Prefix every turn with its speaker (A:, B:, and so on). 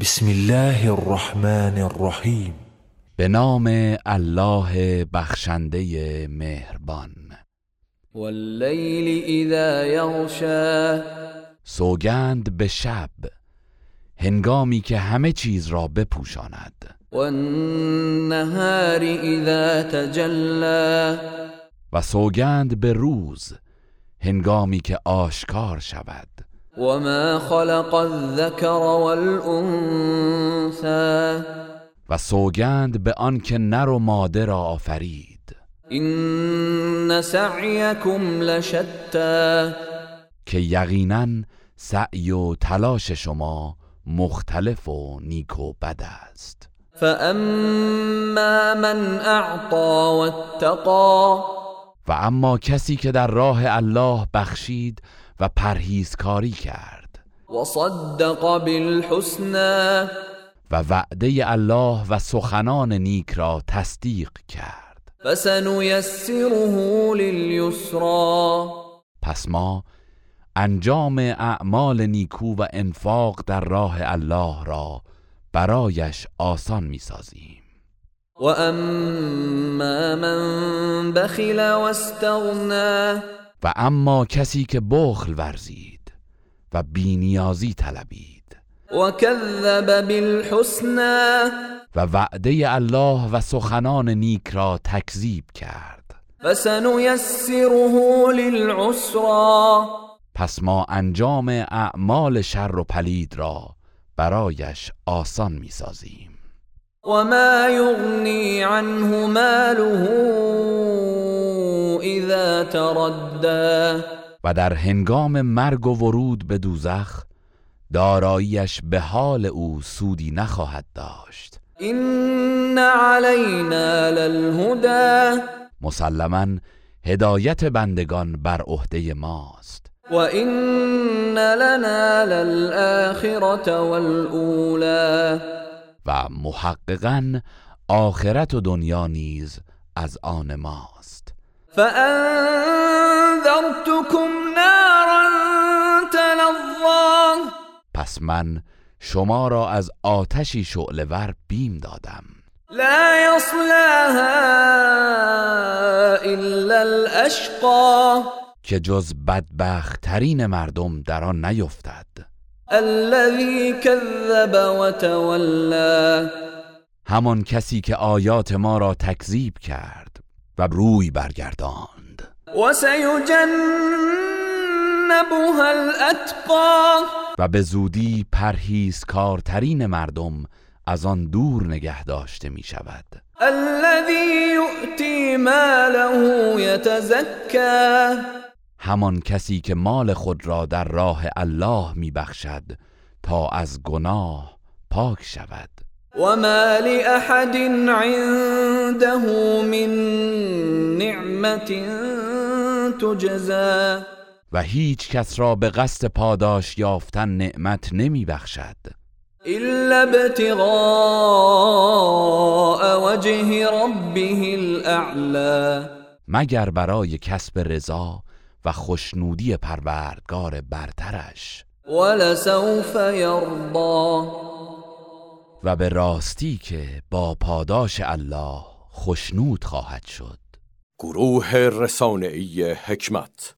A: بسم الله الرحمن الرحیم
B: به نام الله بخشنده مهربان
C: والليل اذا يغشى
B: سوگند به شب هنگامی که همه چیز را بپوشاند
C: والنهار اذا تجلى
B: و سوگند به روز هنگامی که آشکار شود
C: وما خلق الذكر والانثى
B: و سوگند به آنکه نر و ماده را آفرید
C: ان سعيكم لشتى
B: که یقینا سعی و تلاش شما مختلف و نیک و بد است
C: فاما من اعطى واتقى
B: و اما کسی که در راه الله بخشید و پرهیزکاری کرد
C: وصدق بالحسنى
B: و وعده الله و سخنان نیک را تصدیق کرد
C: فسنيسره لليسرى
B: پس ما انجام اعمال نیکو و انفاق در راه الله را برایش آسان میسازیم
C: واما من بخل واستغنى
B: و اما کسی که بخل ورزید و بینیازی طلبید
C: وكذب بالحسنى
B: و وعده الله و سخنان نیک را تکذیب کرد
C: فسنيسره للعسرى
B: پس ما انجام اعمال شر و پلید را برایش آسان میسازیم
C: وما يغني عنه ماله اذا تردى
B: و در هنگام مرگ و ورود به دوزخ داراییش به حال او سودی نخواهد داشت
C: ان علينا للهدى
B: مسلما هدایت بندگان بر عهده ماست
C: وان لنا للاخره والاولى
B: و محققا آخرت و دنیا نیز از آن ماست
C: فانذرتكم نارا تلظى
B: پس من شما را از آتشی شعله ور بیم دادم
C: لا يصلاها الا الاشقى
B: که جز بدبختترین مردم در آن نیفتد
C: الذي كذب وتولى
B: همان کسی که آیات ما را تکذیب کرد و روی برگرداند
C: وسيجنبها الاتقى
B: و به زودی پرهیزکارترین مردم از آن دور نگه داشته می شود
C: الذي يؤتي ماله يتزكى
B: همان کسی که مال خود را در راه الله می بخشد تا از گناه پاک شود
C: وما لاحد عنده من نعمه تجزى
B: و هیچ کس را به قصد پاداش یافتن نعمت نمی بخشد
C: الا ابتغاء وجه ربه الاعلى
B: مگر برای کسب رضا و خوشنودی پروردگار برترش
C: ولسوف يرضى
B: و به راستی که با پاداش الله خوشنود خواهد شد
D: گروه رسانه‌ای حکمت